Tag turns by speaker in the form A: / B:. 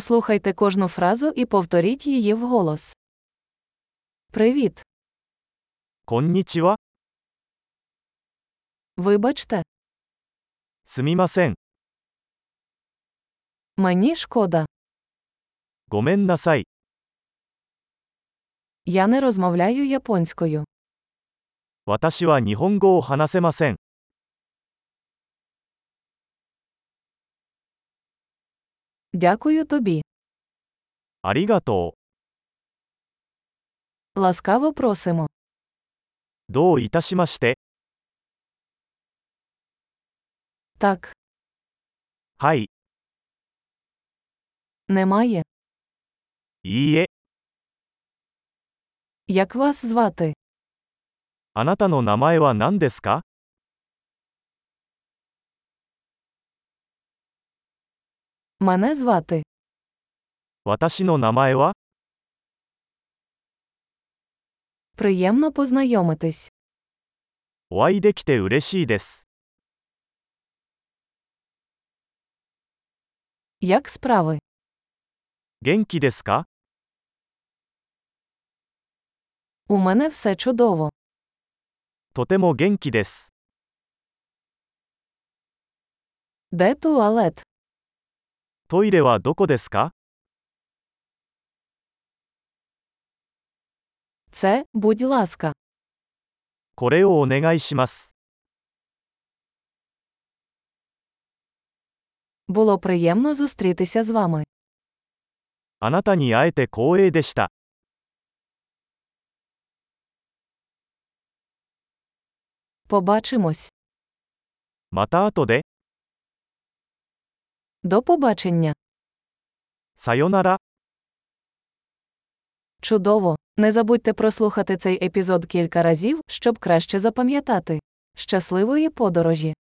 A: Послухайте кожну фразу і повторіть її вголос. Привіт.
B: こんにちは。
A: Вибачте,
B: すみません。
A: мені шкода.
B: ごめんなさい。
A: Я не розмовляю японською.
B: 私は日本語を話せません。
A: Дякую тобі.
B: ありがと
A: Ласкаво просимо.
B: う。どういたしまして。
A: Так,
B: はい、
A: немає.
B: いいえ。
A: Як вас звати?
B: あなたの名前は何ですか
A: Мене звати.
B: 私の名前は
A: Приємно познайомитись.
B: お会いできて嬉しいです。
A: Як справи?
B: 元気ですか
A: У мене все чудово.
B: とても元気です。
A: Де туалет?
B: トイレはどこですか
A: Це, будь ласка.
B: これをお願いします。
A: Було приємно зустрітися з вами.
B: あなたに会えて光栄でした。
A: Побачимось.
B: また後で、
A: До побачення.
B: さよなら。
A: Чудово! Не забудьте прослухати цей епізод кілька разів, щоб краще запам'ятати. Щасливої подорожі!